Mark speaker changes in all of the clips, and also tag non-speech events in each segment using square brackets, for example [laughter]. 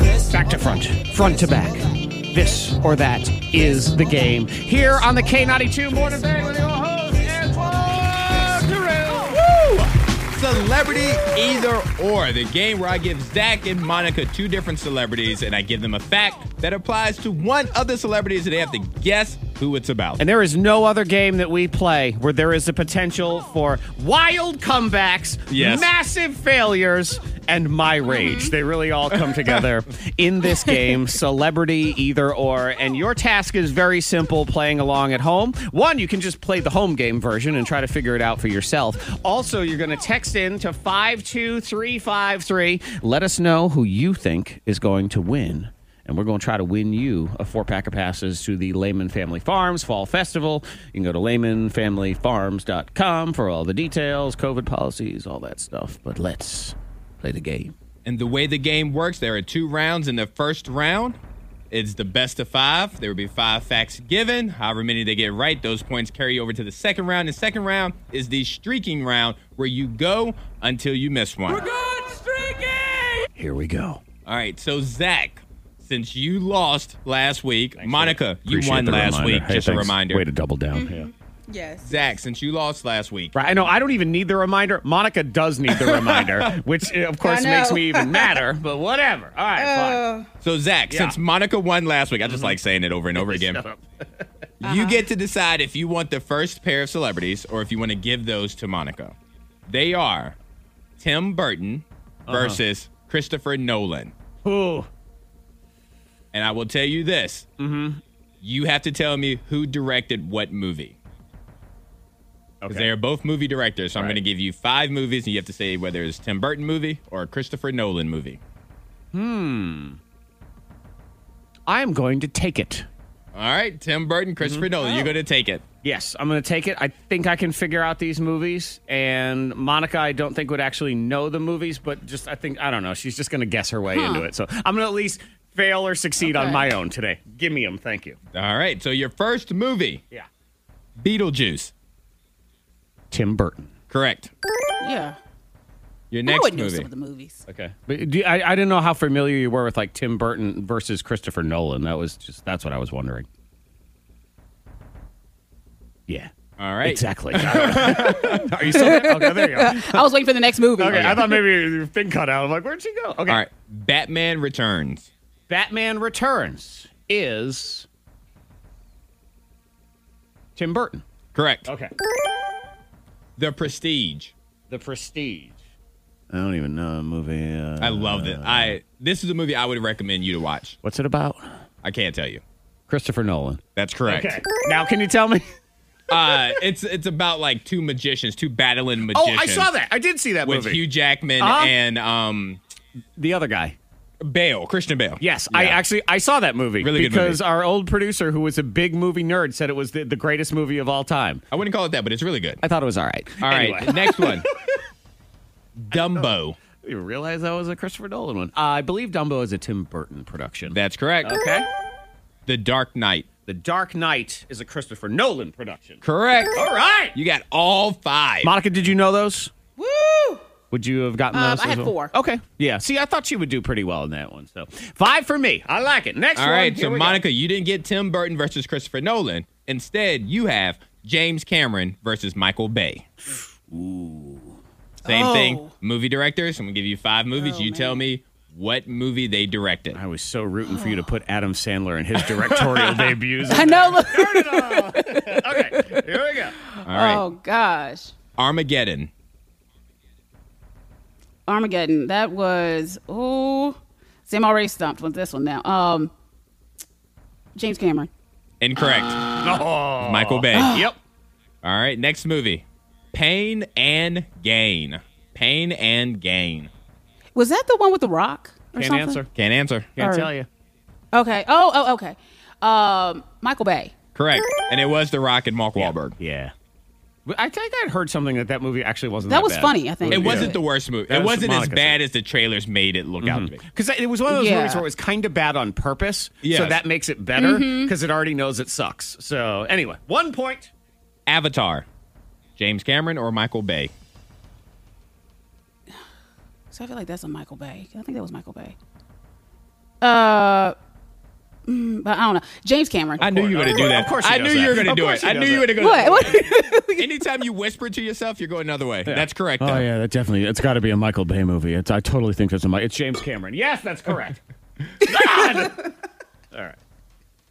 Speaker 1: back to front, front to back. This or that is the game. Here on the K92 Morning Thing with your host, Antoine Terrell. Woo!
Speaker 2: Celebrity either or. The game where I give Zach and Monica two different celebrities and I give them a fact that applies to one of the celebrities and they have to guess who it's about.
Speaker 1: And there is no other game that we play where there is the potential for wild comebacks,
Speaker 2: Yes.
Speaker 1: massive failures, and my rage. They really all come together in this game, celebrity either or. And your task is very simple playing along at home. One, you can just play the home game version and try to figure it out for yourself. Also, you're going to text in to 52353. Let us know who you think is going to win and we're going to try to win you a four pack of passes to the Lehman Family Farms Fall Festival. You can go to laymanfamilyfarms.com for all the details, COVID policies, all that stuff. But let's play the game.
Speaker 2: And the way the game works, there are two rounds. In the first round, it's the best of five. There will be five facts given. However many they get right, those points carry over to the second round. The second round is the streaking round where you go until you miss one.
Speaker 1: Here we go.
Speaker 2: All right, so Zach, since you lost last week, Monica, you won last week. Just a reminder.
Speaker 1: Way to double
Speaker 3: Mm-hmm.
Speaker 1: down.
Speaker 3: Yes.
Speaker 2: Zach, since you lost last week,
Speaker 1: Right. I know I don't even need the reminder. Monica does need the [laughs] reminder, which uh, of course
Speaker 3: I
Speaker 1: makes
Speaker 3: know. Oh.
Speaker 1: me even madder, but whatever. All right,
Speaker 3: [laughs]
Speaker 1: fine.
Speaker 2: So Zach,
Speaker 1: Yeah. Mm-hmm.
Speaker 2: since Monica won last week, I just like saying it
Speaker 1: [laughs]
Speaker 2: over and over again.
Speaker 1: Uh-huh.
Speaker 2: You get to decide if you want the first pair of celebrities or if you want to give those to Monica. They are Tim Burton
Speaker 1: Uh-huh.
Speaker 2: versus Christopher Nolan.
Speaker 1: Ooh.
Speaker 2: And I will tell you this:
Speaker 1: Mm-hmm.
Speaker 2: you have to tell me who directed what movie. Because they are both movie directors, so I'm
Speaker 1: Right.
Speaker 2: going to give you five movies, and you have to say whether it's a Tim Burton movie or a Christopher Nolan movie.
Speaker 1: I am going to take it.
Speaker 2: All right, Tim Burton,
Speaker 1: Mm-hmm.
Speaker 2: Christopher Nolan,
Speaker 1: Oh.
Speaker 2: you're going to take it.
Speaker 1: Yes, I'm going to take it. I think I can figure out these movies. And Monica, I don't think would actually know the movies, but just I think I don't know. She's just going to guess her way into it. So I'm going to at least fail or succeed on
Speaker 3: Okay.
Speaker 1: my own today. Give me them. Thank you.
Speaker 2: All right, so your first movie,
Speaker 1: Yeah.
Speaker 2: Beetlejuice.
Speaker 1: Tim Burton.
Speaker 2: Correct.
Speaker 3: Yeah.
Speaker 2: Your
Speaker 3: I
Speaker 2: next
Speaker 3: would know
Speaker 2: movie.
Speaker 3: some of the movies.
Speaker 1: Okay. But do, I, I didn't know how familiar you were with like Tim Burton versus Christopher Nolan. That was just that's what I was wondering. Yeah.
Speaker 2: All right. [laughs]
Speaker 1: Exactly. Are you still there? Okay, there you go.
Speaker 3: I was waiting for the next movie.
Speaker 1: Okay, I thought maybe your thing cut out. I'm like, where'd she go? Okay.
Speaker 2: All right. Batman Returns.
Speaker 1: Batman Returns is Tim Burton.
Speaker 2: Correct.
Speaker 1: Okay.
Speaker 2: The Prestige.
Speaker 1: The Prestige. I don't even know the movie. Uh,
Speaker 2: I loved it. I this is a movie I would recommend you to watch.
Speaker 1: What's it about?
Speaker 2: I can't tell you.
Speaker 1: Christopher Nolan.
Speaker 2: That's correct.
Speaker 1: Okay. Now, can you tell me?
Speaker 2: [laughs] Uh, it's it's about like two magicians, two battling
Speaker 1: Oh,
Speaker 2: magicians.
Speaker 1: I saw that. I did see that
Speaker 2: with
Speaker 1: movie.
Speaker 2: Hugh Jackman
Speaker 1: Uh-huh.
Speaker 2: and um
Speaker 1: the other guy.
Speaker 2: Bale, Christian Bale.
Speaker 1: Yes,
Speaker 2: Yeah.
Speaker 1: I actually I saw that movie
Speaker 2: Really good
Speaker 1: because
Speaker 2: movie.
Speaker 1: our old producer, who was a big movie nerd, said it was the, the greatest movie of all time.
Speaker 2: I wouldn't call it that, but it's really good.
Speaker 1: I thought it was all right.
Speaker 2: All right,
Speaker 1: Anyway.
Speaker 2: next one. Dumbo.
Speaker 1: [laughs] You realize that was a Christopher Nolan one. Uh, I believe Dumbo is a Tim Burton production.
Speaker 2: That's correct.
Speaker 1: okay.
Speaker 2: The Dark Knight.
Speaker 1: The Dark Knight is a Christopher Nolan production.
Speaker 2: Correct.
Speaker 1: All right.
Speaker 2: You got all five.
Speaker 1: Monica, did you know those?
Speaker 3: Woo!
Speaker 1: Would you have gotten
Speaker 3: Um,
Speaker 1: those?
Speaker 3: I
Speaker 1: as
Speaker 3: had
Speaker 1: well?
Speaker 3: four.
Speaker 1: Okay. Yeah. See, I thought she would do pretty well in that one. So five for me. I like it. Next
Speaker 2: All
Speaker 1: one.
Speaker 2: right,
Speaker 1: Here
Speaker 2: so
Speaker 1: we go.
Speaker 2: Monica, you didn't get Tim Burton versus Christopher Nolan. Instead, you have James Cameron versus Michael Bay. Ooh. Same
Speaker 3: Oh.
Speaker 2: thing. Movie directors. I'm gonna give you five movies. you tell me what movie they directed.
Speaker 1: I was so rooting for you to put Adam Sandler in his
Speaker 2: [laughs]
Speaker 1: directorial debuts.
Speaker 3: I know. [laughs] Look.
Speaker 1: Okay. Here we go.
Speaker 2: All right,
Speaker 3: Oh gosh,
Speaker 2: Armageddon.
Speaker 3: Armageddon. That was oh. See, I'm already stumped with this one now. Um, James Cameron.
Speaker 2: Incorrect. Michael Bay. All
Speaker 1: Yep.
Speaker 2: right, next movie. Pain and Gain. Pain and Gain.
Speaker 3: Was that the one with the Rock? Or
Speaker 1: Can't
Speaker 3: something?
Speaker 1: answer.
Speaker 2: Can't answer.
Speaker 1: Can't
Speaker 3: Or-
Speaker 1: tell you.
Speaker 3: Okay. Oh, oh, okay. Um, Michael Bay.
Speaker 2: Correct. And it was The Rock and Mark Wahlberg.
Speaker 1: Yeah. But I think I'd heard something that that movie actually wasn't.
Speaker 3: That
Speaker 1: That,
Speaker 3: was
Speaker 1: bad.
Speaker 3: funny, I think.
Speaker 2: It
Speaker 3: Yeah.
Speaker 2: wasn't the worst movie.
Speaker 1: That
Speaker 2: It
Speaker 1: was
Speaker 2: wasn't as
Speaker 1: Monica's
Speaker 2: bad as the trailers made it look out to be.
Speaker 1: Because it was one of those
Speaker 3: Yeah.
Speaker 1: movies where it was kind of bad on purpose. So
Speaker 2: Yes.
Speaker 1: that makes it better
Speaker 3: Mm-hmm.
Speaker 1: because it already knows it sucks. So anyway, one point.
Speaker 2: Avatar, James Cameron or Michael Bay?
Speaker 3: So I feel like that's a Michael Bay. I think that was Michael Bay. Uh, Uh, mm, but I don't know. James Cameron.
Speaker 2: I knew you were going to do that.
Speaker 1: Of course he
Speaker 2: I
Speaker 1: does
Speaker 2: knew you
Speaker 1: that.
Speaker 2: were going to
Speaker 1: Of
Speaker 2: do
Speaker 1: course
Speaker 2: it.
Speaker 1: he
Speaker 2: I
Speaker 1: does
Speaker 2: knew you
Speaker 1: that.
Speaker 2: were going to go.
Speaker 3: what? what? [laughs]
Speaker 2: Anytime you whisper to yourself, you're going another way. That's correct. Though.
Speaker 1: Oh yeah, that definitely. It's got to be a Michael Bay movie. It's, I totally think that's a. Mi- It's James Cameron. Yes, that's [laughs] correct.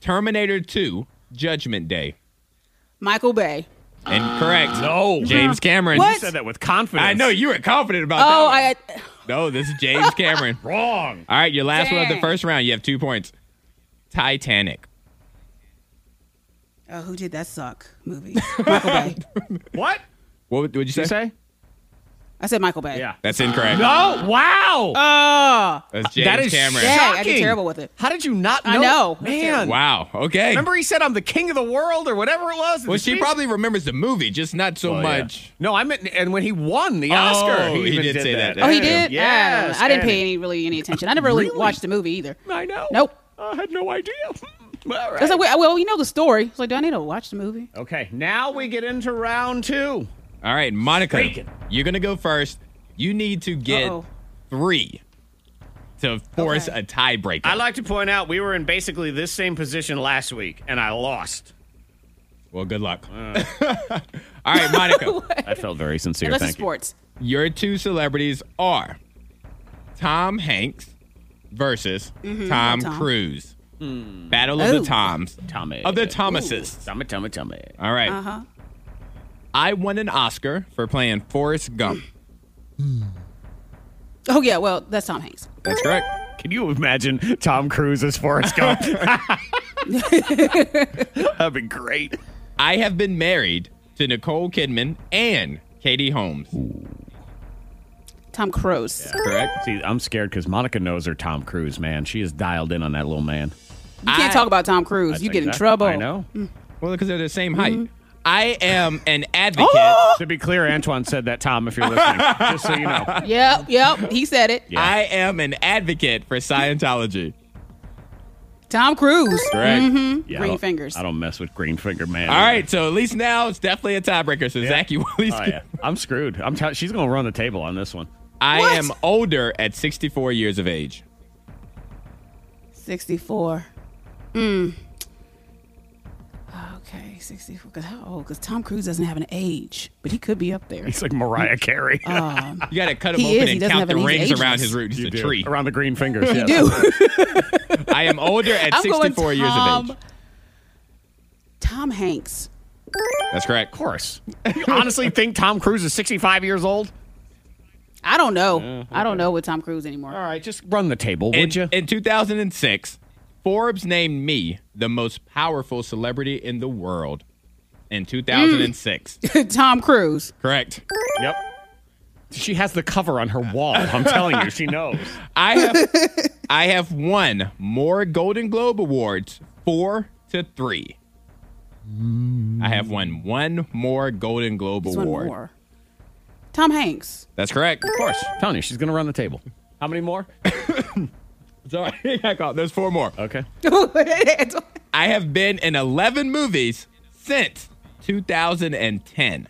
Speaker 2: Terminator 2, Judgment Day.
Speaker 3: Michael Bay.
Speaker 2: Incorrect.
Speaker 1: No.
Speaker 2: James Cameron.
Speaker 1: You said that with confidence.
Speaker 2: I know you were confident about
Speaker 3: Oh,
Speaker 2: that.
Speaker 3: I.
Speaker 2: one. No, this is James
Speaker 1: [laughs]
Speaker 2: Cameron.
Speaker 1: Wrong.
Speaker 2: All right, your last one of the
Speaker 3: Dang.
Speaker 2: first round. You have two points. Titanic.
Speaker 3: Oh, who did that suck [laughs] movie? Michael Bay.
Speaker 1: What?
Speaker 2: What would what'd you say?
Speaker 1: You say?
Speaker 3: I said Michael Bay.
Speaker 1: Yeah.
Speaker 2: That's incorrect.
Speaker 1: No. Wow.
Speaker 3: Oh,
Speaker 2: That's James
Speaker 1: that is
Speaker 2: Cameron.
Speaker 3: Yeah, I did
Speaker 1: shocking.
Speaker 3: terrible with it.
Speaker 1: How did you not? Know?
Speaker 3: I know.
Speaker 1: man.
Speaker 2: Wow. Okay.
Speaker 1: Remember he said I'm the king of the world or whatever it was.
Speaker 2: well, she probably remembers the movie, just not so much.
Speaker 1: No, I meant, and when he won the Oscar,
Speaker 2: Oh, he
Speaker 1: even
Speaker 2: did say that.
Speaker 3: oh, he
Speaker 2: Yeah.
Speaker 3: did.
Speaker 1: Yes,
Speaker 3: I, I didn't
Speaker 1: and
Speaker 3: pay any really any attention. I never really,
Speaker 1: Really?
Speaker 3: watched the movie either.
Speaker 1: I know.
Speaker 3: Nope.
Speaker 1: I had no idea. [laughs] All
Speaker 3: I was
Speaker 1: right.
Speaker 3: like, well, well, you know the story. It's like, do I need to watch the movie?
Speaker 1: okay, now we get into round two.
Speaker 2: All right, Monica,
Speaker 1: Speaking.
Speaker 2: you're gonna go first. You need to get
Speaker 3: Uh-oh.
Speaker 2: three to force
Speaker 3: Okay.
Speaker 2: a tiebreaker.
Speaker 1: I'd like to point out we were in basically this same position last week, and I lost.
Speaker 2: well, good luck.
Speaker 1: Uh.
Speaker 2: [laughs] All right,
Speaker 3: [laughs]
Speaker 2: Monica,
Speaker 1: That felt very sincere.
Speaker 3: Unless it's sports.
Speaker 2: your two celebrities are Tom Hanks versus Tom,
Speaker 3: Mm-hmm. Tom.
Speaker 2: Cruise.
Speaker 1: Hmm.
Speaker 2: Battle of
Speaker 3: Oh.
Speaker 2: the Toms.
Speaker 1: Tommy.
Speaker 2: Of the Thomases.
Speaker 1: Tommy, Tommy, Tommy.
Speaker 2: All right. Uh-huh. I won an Oscar for playing Forrest Gump.
Speaker 3: Oh yeah, well that's Tom Hanks.
Speaker 2: That's correct.
Speaker 1: Can you imagine Tom Cruise as Forrest
Speaker 3: [laughs]
Speaker 1: Gump? [laughs] That'd be great.
Speaker 2: I have been married to Nicole Kidman and Katie Holmes.
Speaker 3: Tom Cruise.
Speaker 2: Correct.
Speaker 1: See, I'm scared because Monica knows her Tom Cruise, man. She is dialed in on that little man.
Speaker 3: You can't
Speaker 2: I-
Speaker 3: talk about Tom Cruise. you get in trouble. Mm.
Speaker 1: I know.
Speaker 2: Well, because they're the same height.
Speaker 3: Mm-hmm.
Speaker 2: I am an
Speaker 3: [gasps]
Speaker 2: advocate.
Speaker 1: To be clear, Antoine said that, Tom, if you're listening, just so you
Speaker 3: [laughs]
Speaker 1: know.
Speaker 3: Yep, yep. He said it.
Speaker 1: Yeah.
Speaker 2: I am an advocate for Scientology.
Speaker 3: Tom Cruise.
Speaker 2: Correct.
Speaker 1: Yeah, I
Speaker 3: Green
Speaker 1: don't-
Speaker 3: fingers.
Speaker 1: I don't mess with green finger, man.
Speaker 2: All right, so at least now it's definitely a tiebreaker. So Zach, you [laughs] at least.
Speaker 1: Oh, yeah. I'm screwed. I'm t- she's going to run the table on this one.
Speaker 2: I
Speaker 3: What?
Speaker 2: am older at 64 years of age.
Speaker 3: Sixty-four. Mm. Okay, sixty-four. Cause how old? Because Tom Cruise doesn't have an age, but he could be up there.
Speaker 1: He's like Mariah Carey.
Speaker 3: Oh.
Speaker 2: You got to cut him
Speaker 3: He
Speaker 2: open
Speaker 3: is. He
Speaker 2: and
Speaker 3: doesn't
Speaker 2: count
Speaker 3: have
Speaker 2: the
Speaker 3: any
Speaker 2: rings
Speaker 3: ages.
Speaker 2: around his root. He's
Speaker 1: You
Speaker 2: a
Speaker 1: do.
Speaker 2: tree.
Speaker 1: Around the green fingers. yes.
Speaker 3: Dude,
Speaker 2: I am older at
Speaker 3: [laughs] I'm going
Speaker 2: 64 years of age.
Speaker 3: Tom- Tom Hanks.
Speaker 2: That's correct.
Speaker 1: Of course. You honestly think Tom Cruise is 65 years old?
Speaker 3: I don't know. I don't know with Tom Cruise anymore. [laughs]
Speaker 1: All right, just run the table,
Speaker 2: In,
Speaker 1: would you?
Speaker 2: in 2006, Forbes named me the most powerful celebrity in the world. In 2006.
Speaker 3: Tom Cruise.
Speaker 2: Correct.
Speaker 1: Yep. She has the cover on her wall. I'm telling you, she knows.
Speaker 2: I
Speaker 3: [laughs]
Speaker 2: have I have won more Golden Globe awards, four to three. I have won one more Golden Globe
Speaker 3: Mm. Just one
Speaker 2: award.
Speaker 3: more. Tom [laughs] Hanks.
Speaker 2: That's correct.
Speaker 1: Of course. I'm telling you, she's going to run the table. How many more?
Speaker 2: Sorry, [laughs] I got there's four more.
Speaker 1: Okay.
Speaker 3: Tom
Speaker 2: I have been in eleven movies since 2010.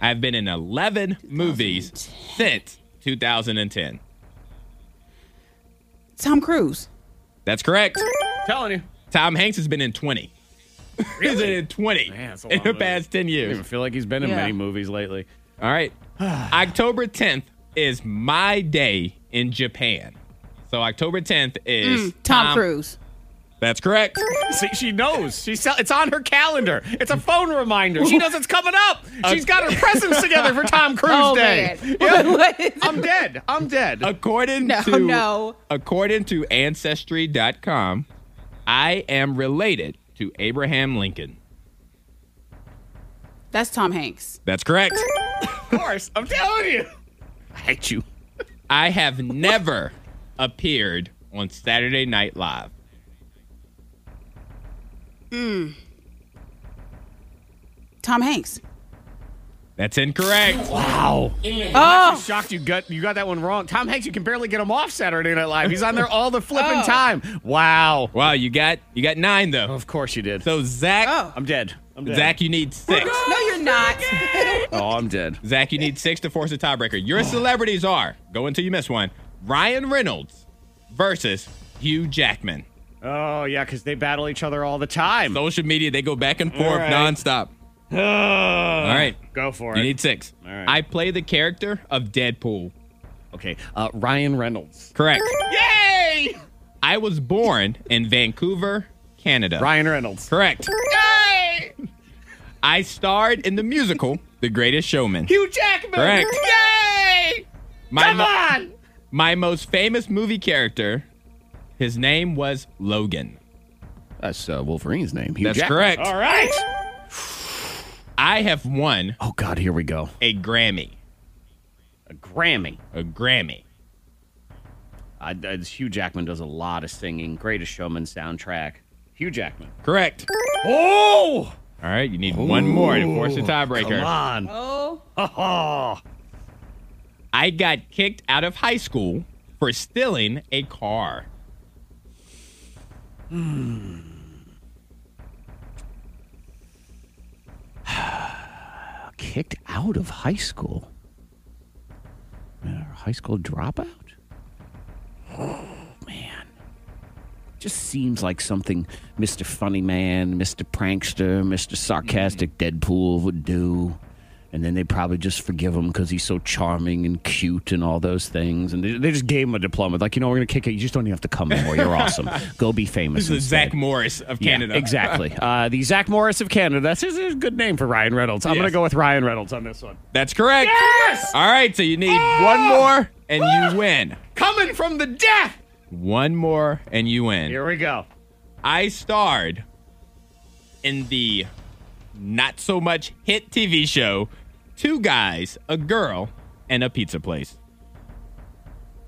Speaker 2: I've been in eleven movies since 2010.
Speaker 3: Cruise.
Speaker 2: That's correct.
Speaker 1: [laughs] telling you.
Speaker 2: Tom Hanks has been in 20. [laughs] He's been in 20
Speaker 1: Man, that's a
Speaker 2: in
Speaker 1: lot
Speaker 2: the
Speaker 1: of movies.
Speaker 2: past 10
Speaker 1: I
Speaker 2: years.
Speaker 1: even feel like he's been in
Speaker 3: Yeah.
Speaker 1: many movies lately. [sighs]
Speaker 2: All right. October 10th is my day in Japan. So October 10th is
Speaker 3: Mm, Tom Cruise.
Speaker 2: That's correct.
Speaker 1: See, she knows. She's sell- it's on her calendar. It's a phone reminder. She knows it's coming up. She's got her presents together for Tom Cruise
Speaker 3: Oh
Speaker 1: Day.
Speaker 3: man.
Speaker 1: [laughs]
Speaker 3: [laughs]
Speaker 1: Yeah.
Speaker 3: What is-
Speaker 1: I'm dead. I'm dead.
Speaker 2: According
Speaker 3: No,
Speaker 2: to
Speaker 3: no.
Speaker 2: according to ancestry.com, I am related to Abraham Lincoln.
Speaker 3: That's Tom Hanks.
Speaker 2: That's correct.
Speaker 1: of course. I'm telling you. I hate you.
Speaker 2: I have never appeared on Saturday Night Live.
Speaker 3: Tom Hanks.
Speaker 2: That's incorrect.
Speaker 1: Wow.
Speaker 3: Oh,
Speaker 1: Shocked you got you got that one wrong. Tom Hanks, you can barely get him off Saturday Night Live. He's on there all the flipping
Speaker 3: Oh.
Speaker 1: time. Wow.
Speaker 2: Wow, you got you got 9 though.
Speaker 1: Of course you did.
Speaker 2: So Zach
Speaker 3: oh.
Speaker 1: I'm dead. I'm dead.
Speaker 2: Zach you need 6.
Speaker 3: No, you're not.
Speaker 1: Oh, I'm dead.
Speaker 2: Zach, you need six to force
Speaker 1: Oh.
Speaker 2: a tiebreaker. Your celebrities are, go until you miss one, Ryan Reynolds versus Hugh Jackman.
Speaker 1: Oh, yeah, because they battle each other all the [sighs] time.
Speaker 2: Social media, they go back and
Speaker 1: All
Speaker 2: forth
Speaker 1: right.
Speaker 2: nonstop.
Speaker 1: all
Speaker 2: right.
Speaker 1: Go for it.
Speaker 2: You need six.
Speaker 1: All right.
Speaker 2: I play the character of Deadpool.
Speaker 1: okay, uh, Ryan Reynolds.
Speaker 2: Correct.
Speaker 1: Yay!
Speaker 2: I was born in Vancouver, Canada.
Speaker 1: Ryan Reynolds.
Speaker 2: Correct. I starred in the musical The Greatest Showman.
Speaker 1: Hugh Jackman.
Speaker 2: Correct.
Speaker 1: Yay!
Speaker 2: My
Speaker 1: Come
Speaker 2: mo-
Speaker 1: on!
Speaker 2: My most famous movie character, his name was Logan.
Speaker 1: That's uh, Wolverine's name. Hugh
Speaker 2: That's
Speaker 1: Jackman.
Speaker 2: correct.
Speaker 1: All right.
Speaker 2: I have won
Speaker 1: Oh God, here we go.
Speaker 2: a Grammy.
Speaker 1: A Grammy.
Speaker 2: A Grammy.
Speaker 1: I, I- Hugh Jackman does a lot of singing. Greatest Showman soundtrack. Hugh Jackman.
Speaker 2: Correct.
Speaker 1: Oh!
Speaker 2: All right, you need one more to force a
Speaker 1: Come
Speaker 2: tiebreaker.
Speaker 1: on.
Speaker 3: Oh,
Speaker 2: I got kicked out of high school for stealing a car.
Speaker 1: Kicked out of high school. Uh, high school dropout. Oh man. Just seems like something Mr. Funny Man, Mr. Prankster, Mr. Sarcastic
Speaker 2: Mm-hmm.
Speaker 1: Deadpool would do. And then they probably just forgive him because he's so charming and cute and all those things. And they, they just gave him a diploma. Like, you know, we're going to kick it. You just don't even have to come anymore. You're
Speaker 2: [laughs]
Speaker 1: awesome. Go be famous.
Speaker 2: This is
Speaker 1: instead.
Speaker 2: Zach Morris of
Speaker 1: Yeah,
Speaker 2: Canada.
Speaker 1: exactly. [laughs] Uh, the Zach Morris of Canada. That's his, his good name for Ryan Reynolds. I'm
Speaker 2: Yes.
Speaker 1: going to go with Ryan Reynolds on this one.
Speaker 2: That's correct.
Speaker 1: Yes! Ah!
Speaker 2: All right, so you need one more and you win.
Speaker 1: Coming from the death.
Speaker 2: One more and you win.
Speaker 1: Here we go.
Speaker 2: I starred in the not so much hit TV show Two Guys, a Girl, and a Pizza Place.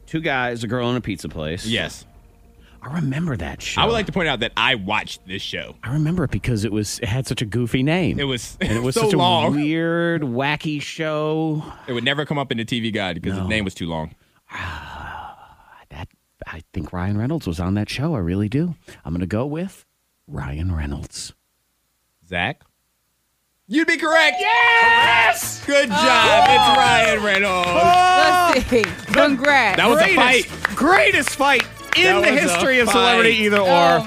Speaker 1: Two guys, a girl, and a pizza place.
Speaker 2: Yes.
Speaker 1: I remember that show.
Speaker 2: I would like to point out that I watched this show.
Speaker 1: I remember it because it was it had such a goofy name.
Speaker 2: It was,
Speaker 1: And it was
Speaker 2: [laughs] so
Speaker 1: such
Speaker 2: long.
Speaker 1: a [laughs] weird, wacky show.
Speaker 2: It would never come up in the TV guide because
Speaker 1: No.
Speaker 2: the name was too long.
Speaker 1: That I think Ryan Reynolds was on that show. I really do. I'm going to go with Ryan Reynolds.
Speaker 2: Zach? You'd be correct. Yes! Good job. It's Ryan Reynolds.
Speaker 3: let's see. Congrats.
Speaker 2: That was a fight.
Speaker 1: Greatest fight in
Speaker 2: That
Speaker 1: the
Speaker 2: was a
Speaker 1: history of
Speaker 2: fight.
Speaker 1: celebrity either or.
Speaker 3: Oh.